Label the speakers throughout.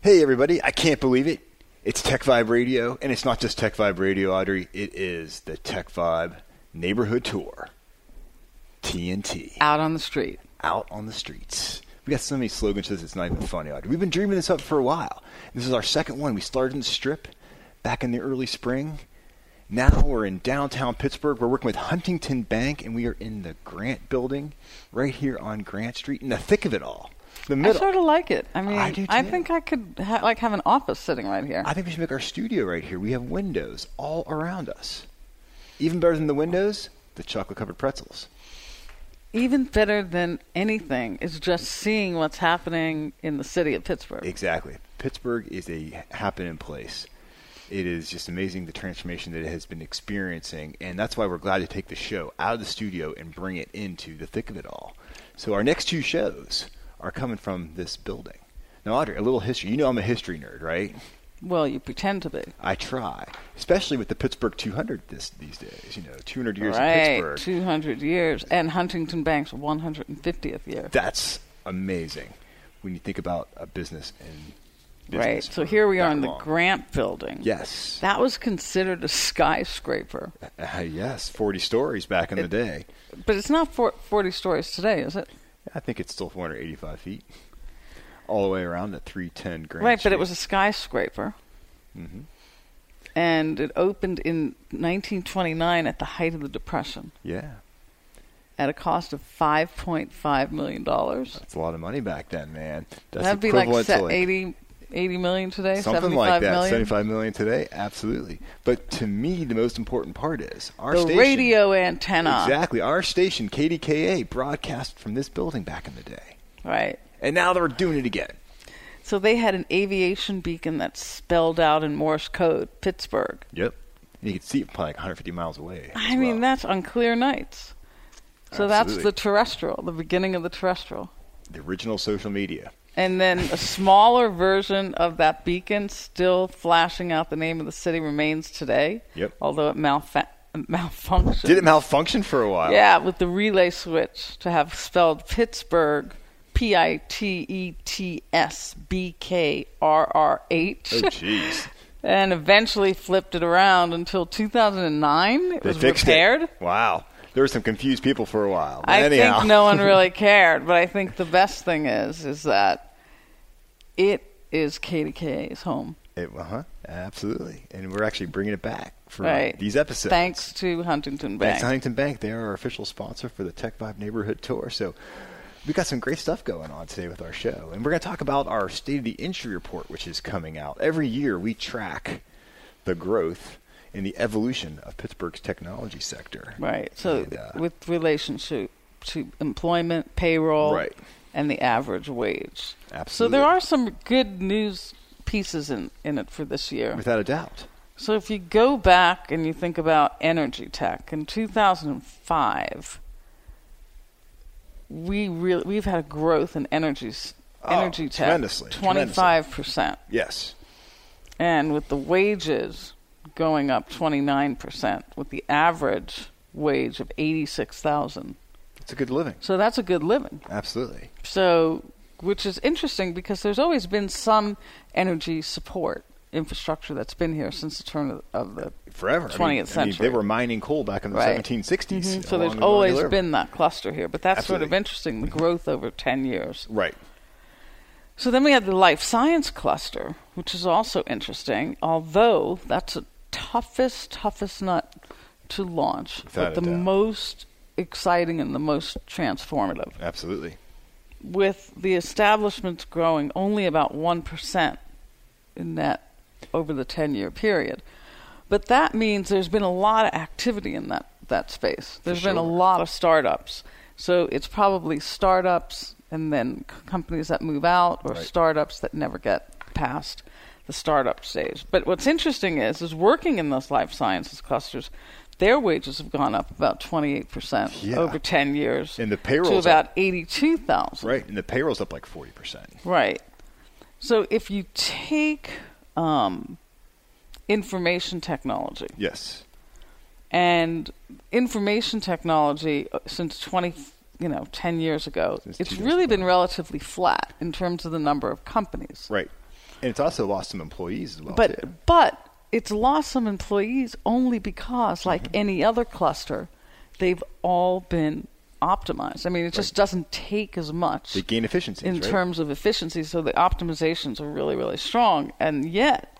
Speaker 1: Hey, everybody. I can't believe it. It's Tech Vibe Radio, and it's not just Tech Vibe Radio, Audrey. It is the Tech Vibe Neighborhood Tour. TNT.
Speaker 2: Out on the street.
Speaker 1: Out on the streets. We got so many slogans to this, it's not even funny, Audrey. We've been dreaming this up for a while. This is our second one. We started in the strip back in the early spring. Now we're in downtown Pittsburgh. We're working with Huntington Bank, and we are in the Grant building right here on Grant Street in the thick of it all. The middle.
Speaker 2: I sort of like it. I mean,
Speaker 1: I do too.
Speaker 2: think I could ha- like have an office sitting right here.
Speaker 1: I think we should make our studio right here. We have windows all around us. Even better than the windows, the chocolate covered pretzels.
Speaker 2: Even better than anything is just seeing what's happening in the city of Pittsburgh.
Speaker 1: Exactly. Pittsburgh is a happening place. It is just amazing the transformation that it has been experiencing, and that's why we're glad to take the show out of the studio and bring it into the thick of it all. So our next two shows are coming from this building. Now, Audrey, a little history. You know I'm a history nerd, right?
Speaker 2: well, you pretend to be.
Speaker 1: I try, especially with the Pittsburgh 200 this, these days. You know, 200 years in
Speaker 2: right.
Speaker 1: Pittsburgh.
Speaker 2: 200 years. And Huntington Bank's 150th year.
Speaker 1: That's amazing when you think about a business and business
Speaker 2: right. So
Speaker 1: for
Speaker 2: here we are
Speaker 1: that
Speaker 2: in the
Speaker 1: long.
Speaker 2: Grant building.
Speaker 1: Yes.
Speaker 2: That was considered a skyscraper.
Speaker 1: Uh, yes, 40 stories back in the day.
Speaker 2: But it's not for, 40 stories today, is it?
Speaker 1: I think it's still 485 feet, all the way around at 310 Grand.
Speaker 2: right, but it was a skyscraper.
Speaker 1: Mm-hmm.
Speaker 2: And it opened in 1929 at the height of the Depression
Speaker 1: yeah,
Speaker 2: at a cost of $5.5 million. dollars.
Speaker 1: that's a lot of money back then, man. That's
Speaker 2: That'd be like,
Speaker 1: equivalent
Speaker 2: se-
Speaker 1: to like
Speaker 2: 80, 80 million today,
Speaker 1: something
Speaker 2: 75
Speaker 1: like that.
Speaker 2: million.
Speaker 1: 75 million today, absolutely. But to me, the most important part is our
Speaker 2: The
Speaker 1: station-
Speaker 2: radio antenna.
Speaker 1: Exactly, our station KDKA broadcast from this building back in the day,
Speaker 2: Right.
Speaker 1: and now they're doing it again.
Speaker 2: So they had an aviation beacon that's spelled out in Morse code, Pittsburgh.
Speaker 1: Yep. And you can see it probably like 150 miles away.
Speaker 2: I
Speaker 1: as
Speaker 2: mean,
Speaker 1: well.
Speaker 2: that's on clear nights. So that's
Speaker 1: Absolutely.
Speaker 2: the terrestrial, the beginning of the terrestrial.
Speaker 1: the original social media.
Speaker 2: And then a smaller version of that beacon, still flashing out the name of the city, remains today.
Speaker 1: Yep.
Speaker 2: Although it malfa- malfunctioned.
Speaker 1: Did it malfunction for a while?
Speaker 2: Yeah, with the relay switch to have spelled Pittsburgh, P I T E T S B K R R H.
Speaker 1: Oh, jeez.
Speaker 2: and eventually flipped it around until 2009. It
Speaker 1: They
Speaker 2: was
Speaker 1: fixed
Speaker 2: repaired.
Speaker 1: it. Wow. There were some confused people for a while. But
Speaker 2: I
Speaker 1: anyhow,
Speaker 2: think no one really cared, but I think the best thing is is that it is KDKA's home.
Speaker 1: It- uh-huh. Absolutely. And we're actually bringing it back for
Speaker 2: Right.
Speaker 1: these episodes.
Speaker 2: Thanks to Huntington Bank.
Speaker 1: Thanks, Huntington Bank. They are our official sponsor for the Tech Vibe Neighborhood Tour. So we got some great stuff going on today with our show. And we're going to talk about our State of the Industry report, which is coming out. Every year we track the growth and the evolution of Pittsburgh's technology sector.
Speaker 2: Right. So
Speaker 1: And, uh,
Speaker 2: with relationship to employment, payroll,
Speaker 1: Right.
Speaker 2: and the average wage. So
Speaker 1: Absolutely.
Speaker 2: there are some good news pieces in, in it for this year.
Speaker 1: Without a doubt.
Speaker 2: So if you go back and you think about energy tech in 2005, we really we've had a growth in energy s-
Speaker 1: Oh,
Speaker 2: energy tech
Speaker 1: tremendously, tremendously.
Speaker 2: 25%.
Speaker 1: Yes.
Speaker 2: And with the wages going up 29% with the average wage of 86,000.
Speaker 1: It's a good living.
Speaker 2: So that's a good living.
Speaker 1: Absolutely.
Speaker 2: So, which is interesting because there's always been some energy support infrastructure that's been here since the turn of, of the
Speaker 1: Forever. I mean-
Speaker 2: 20th
Speaker 1: I mean,
Speaker 2: century.
Speaker 1: they were mining coal back in the 1760s.
Speaker 2: Mhm. So
Speaker 1: along
Speaker 2: there's
Speaker 1: the Royal
Speaker 2: always
Speaker 1: River.
Speaker 2: been that cluster here, but that's sort of
Speaker 1: Absolutely.
Speaker 2: interesting the growth over 10 years.
Speaker 1: Right.
Speaker 2: So then we had the life science cluster, which is also interesting, although that's the toughest, toughest nut to launch,
Speaker 1: Without a
Speaker 2: but the
Speaker 1: doubt.
Speaker 2: most exciting and the most transformative.
Speaker 1: Absolutely.
Speaker 2: With the establishments growing only about 1% in that over the 10 year period. But that means there's been a lot of activity in that, that space. There's been a
Speaker 1: sure.
Speaker 2: lot of startups. So it's probably startups and then c- companies that move out or
Speaker 1: Right.
Speaker 2: startups that never get past the startup stage. But what's interesting is, is working in those life sciences clusters, their wages have gone up about 28%
Speaker 1: Yeah.
Speaker 2: over 10 years
Speaker 1: And the
Speaker 2: to
Speaker 1: payroll's
Speaker 2: about
Speaker 1: up.
Speaker 2: 82,000.
Speaker 1: Right. And the payroll's up like 40%.
Speaker 2: Right. So if you take um, information technology,
Speaker 1: Yes.
Speaker 2: and information technology uh, since 20 you know 10 years ago
Speaker 1: Since
Speaker 2: it's
Speaker 1: 2000.
Speaker 2: really been relatively flat in terms of the number of companies
Speaker 1: Right. And it's also lost some employees as well.
Speaker 2: but
Speaker 1: too.
Speaker 2: but it's lost some employees only because like
Speaker 1: Mm-hmm.
Speaker 2: any other cluster they've all been optimized i mean it just doesn't take as much
Speaker 1: They gain efficiencies,
Speaker 2: in
Speaker 1: right?
Speaker 2: terms of efficiency so the optimizations are really really strong and yet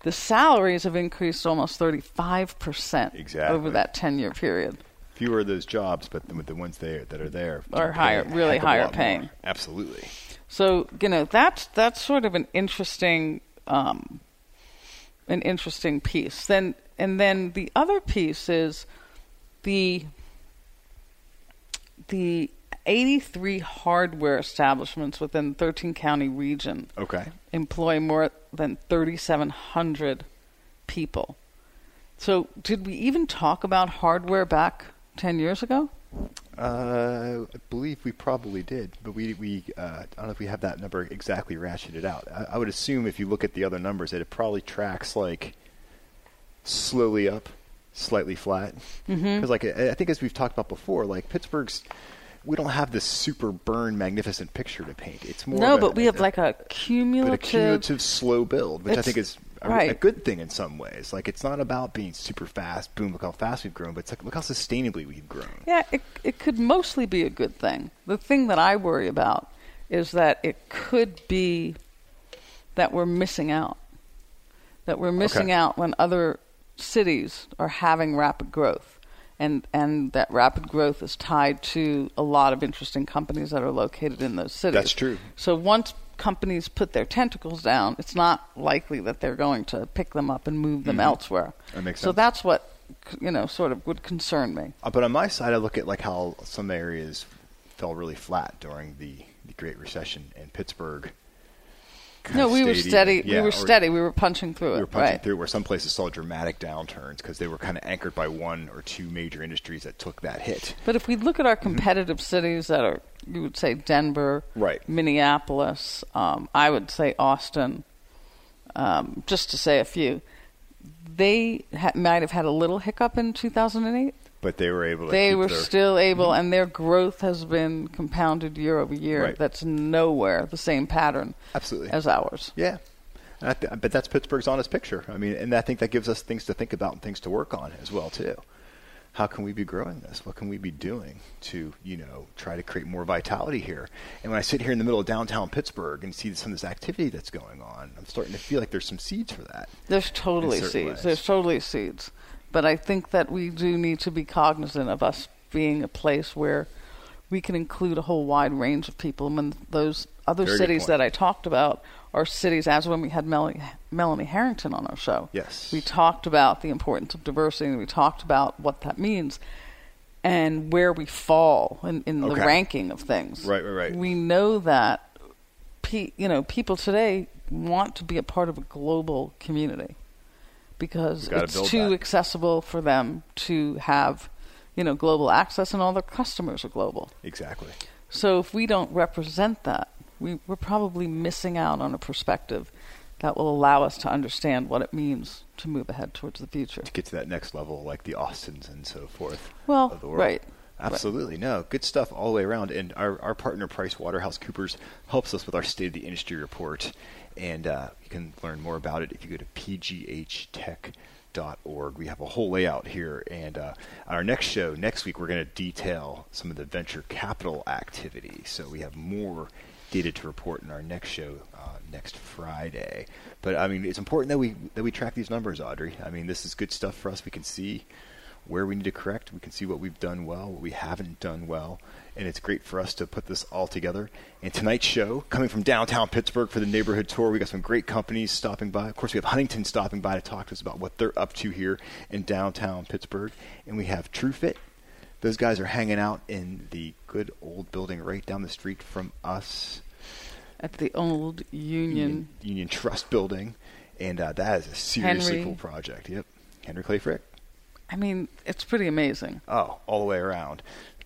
Speaker 2: the salaries have increased almost 35%
Speaker 1: Exactly.
Speaker 2: over that 10 year period
Speaker 1: fewer of those jobs, but with the ones there that are there
Speaker 2: Are
Speaker 1: you pay
Speaker 2: higher-
Speaker 1: a heck
Speaker 2: really
Speaker 1: of a
Speaker 2: higher
Speaker 1: lot more.
Speaker 2: paying.
Speaker 1: Absolutely.
Speaker 2: So you know that's that's sort of an interesting um, an interesting piece. Then and then the other piece is the the 83 hardware establishments within the 13 county region
Speaker 1: Okay.
Speaker 2: employ more than 3,700 people. So did we even talk about hardware back 10 years ago?
Speaker 1: Uh, I believe we probably did, but we, we uh, I don't know if we have that number exactly ratcheted out. I, I would assume if you look at the other numbers that it probably tracks like slowly up, slightly flat. Because
Speaker 2: Mm-hmm.
Speaker 1: like I, I think as we've talked about before, like Pittsburgh's, we don't have this super burn magnificent picture to paint. It's more
Speaker 2: No,
Speaker 1: of
Speaker 2: but we have like a
Speaker 1: but a
Speaker 2: cumulative
Speaker 1: cumulative slow build, which I
Speaker 2: It's-
Speaker 1: think is a, a
Speaker 2: right.
Speaker 1: good thing in some ways. Like it's not about being super fast. Boom! Look how fast we've grown, but it's like, look how sustainably we've grown.
Speaker 2: Yeah, it, it could mostly be a good thing. The thing that I worry about is that it could be that we're missing out. That we're missing out when other cities are having rapid growth. And, and that rapid growth is tied to a lot of interesting companies that are located in those cities.
Speaker 1: That's true.
Speaker 2: So once companies put their tentacles down, it's not likely that they're going to pick them up and move them elsewhere.
Speaker 1: Mm-hmm. That makes
Speaker 2: So
Speaker 1: sense.
Speaker 2: that's what, you know, sort of would concern me.
Speaker 1: Uh, But on my side, I look at like how some areas fell really flat during the, the Great Recession, and Pittsburgh. kinda
Speaker 2: No, we were
Speaker 1: stayed
Speaker 2: steady.
Speaker 1: even. Yeah,
Speaker 2: we were
Speaker 1: or
Speaker 2: steady. We were punching through
Speaker 1: We
Speaker 2: it.
Speaker 1: were punching
Speaker 2: right.
Speaker 1: through where some places saw dramatic downturns because they were kind of anchored by one or two major industries that took that hit.
Speaker 2: But if we look at our competitive cities that are, you would say Denver,
Speaker 1: Right.
Speaker 2: Minneapolis, um, I would say Austin, um, just to say a few, they ha- might have had a little hiccup in 2008.
Speaker 1: But they were able to.
Speaker 2: they
Speaker 1: keep
Speaker 2: were
Speaker 1: their-
Speaker 2: still able, and their growth has been compounded year over year.
Speaker 1: Mm-hmm. Right.
Speaker 2: That's nowhere the same pattern
Speaker 1: Absolutely.
Speaker 2: as ours.
Speaker 1: Yeah. And I th- but that's Pittsburgh's honest picture. I mean, and I think that gives us things to think about and things to work on as well too. How can we be growing this? What can we be doing to, you know, try to create more vitality here? And when I sit here in the middle of downtown Pittsburgh and see some of this activity that's going on, I'm starting to feel like there's some seeds for that.
Speaker 2: There's totally
Speaker 1: certain
Speaker 2: seeds.
Speaker 1: ways.
Speaker 2: There's totally seeds. But I think that we do need to be cognizant of us being a place where we can include a whole wide range of people. And when those other
Speaker 1: Very good
Speaker 2: cities
Speaker 1: point.
Speaker 2: that I talked about are cities, as when we had Melanie, Melanie Harrington on our show.
Speaker 1: Yes.
Speaker 2: We talked about the importance of diversity and we talked about what that means and where we fall in, in the
Speaker 1: Okay.
Speaker 2: ranking of things.
Speaker 1: Right, right, right.
Speaker 2: We know that pe- you know people today want to be a part of a global community because
Speaker 1: We gotta
Speaker 2: it's
Speaker 1: build
Speaker 2: too
Speaker 1: that.
Speaker 2: accessible for them to have you know global access and all their customers are global
Speaker 1: Exactly.
Speaker 2: so if we don't represent that we, we're probably missing out on a perspective that will allow us to understand what it means to move ahead towards the future
Speaker 1: To get to that next level, like the Austins and so forth.
Speaker 2: Well,
Speaker 1: of the world.
Speaker 2: right.
Speaker 1: Absolutely. No, good stuff all the way around. And our, our partner, PricewaterhouseCoopers, helps us with our State of the Industry report. And uh, you can learn more about it if you go to pghtech.org. We have a whole layout here. And uh, on our next show, next week, we're going to detail some of the venture capital activity. So we have more data to report in our next show uh, next Friday. But I mean, it's important that we that we track these numbers, Audrey. I mean, this is good stuff for us. We can see where we need to correct. We can see what we've done well, what we haven't done well, and it's great for us to put this all together. And tonight's show, coming from downtown Pittsburgh for the neighborhood tour, we got some great companies stopping by. Of course, we have Huntington stopping by to talk to us about what they're up to here in downtown Pittsburgh, and we have TrueFit. Those guys are hanging out in the good old building right down the street from us.
Speaker 2: at the old Union.
Speaker 1: Union, Union Trust Building, and uh, that is a seriously
Speaker 2: Henry.
Speaker 1: cool project. Yep, Henry Clay Frick.
Speaker 2: I mean, it's pretty amazing.
Speaker 1: Oh, all the way around.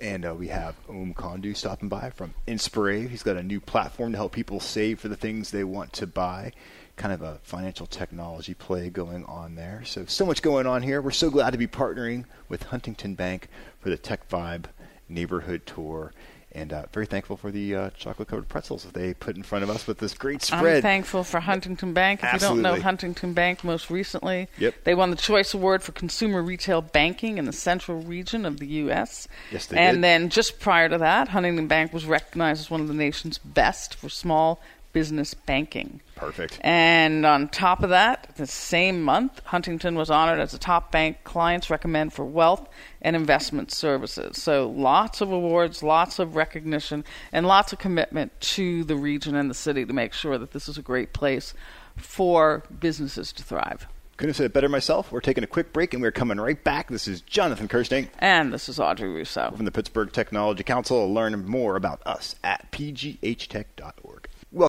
Speaker 1: And uh, we have Om Kondu stopping by from Inspirave. He's got a new platform to help people save for the things they want to buy. Kind of a financial technology play going on there. So, so much going on here. We're so glad to be partnering with Huntington Bank for the Tech Vibe Neighborhood Tour. And uh, very thankful for the uh, chocolate covered pretzels that they put in front of us with this great spread.
Speaker 2: I'm thankful for Huntington Bank. If you don't know
Speaker 1: Absolutely.
Speaker 2: Huntington Bank, most recently,
Speaker 1: Yep.
Speaker 2: they won the Choice Award for Consumer Retail Banking in the Central Region of the U.S.
Speaker 1: Yes, they
Speaker 2: And
Speaker 1: did.
Speaker 2: then just prior to that, Huntington Bank was recognized as one of the nation's best for small business banking.
Speaker 1: Perfect.
Speaker 2: And on top of that, the same month, Huntington was honored as a top bank clients recommend for wealth and investment services. So lots of awards, lots of recognition, and lots of commitment to the region and the city to make sure that this is a great place for businesses to thrive.
Speaker 1: Couldn't have said it better myself. We're taking a quick break and we're coming right back. This is Jonathan Kirsting.
Speaker 2: And this is Audrey Rousseau.
Speaker 1: from the Pittsburgh Technology Council. Learn more about us at pghtech.org. Well,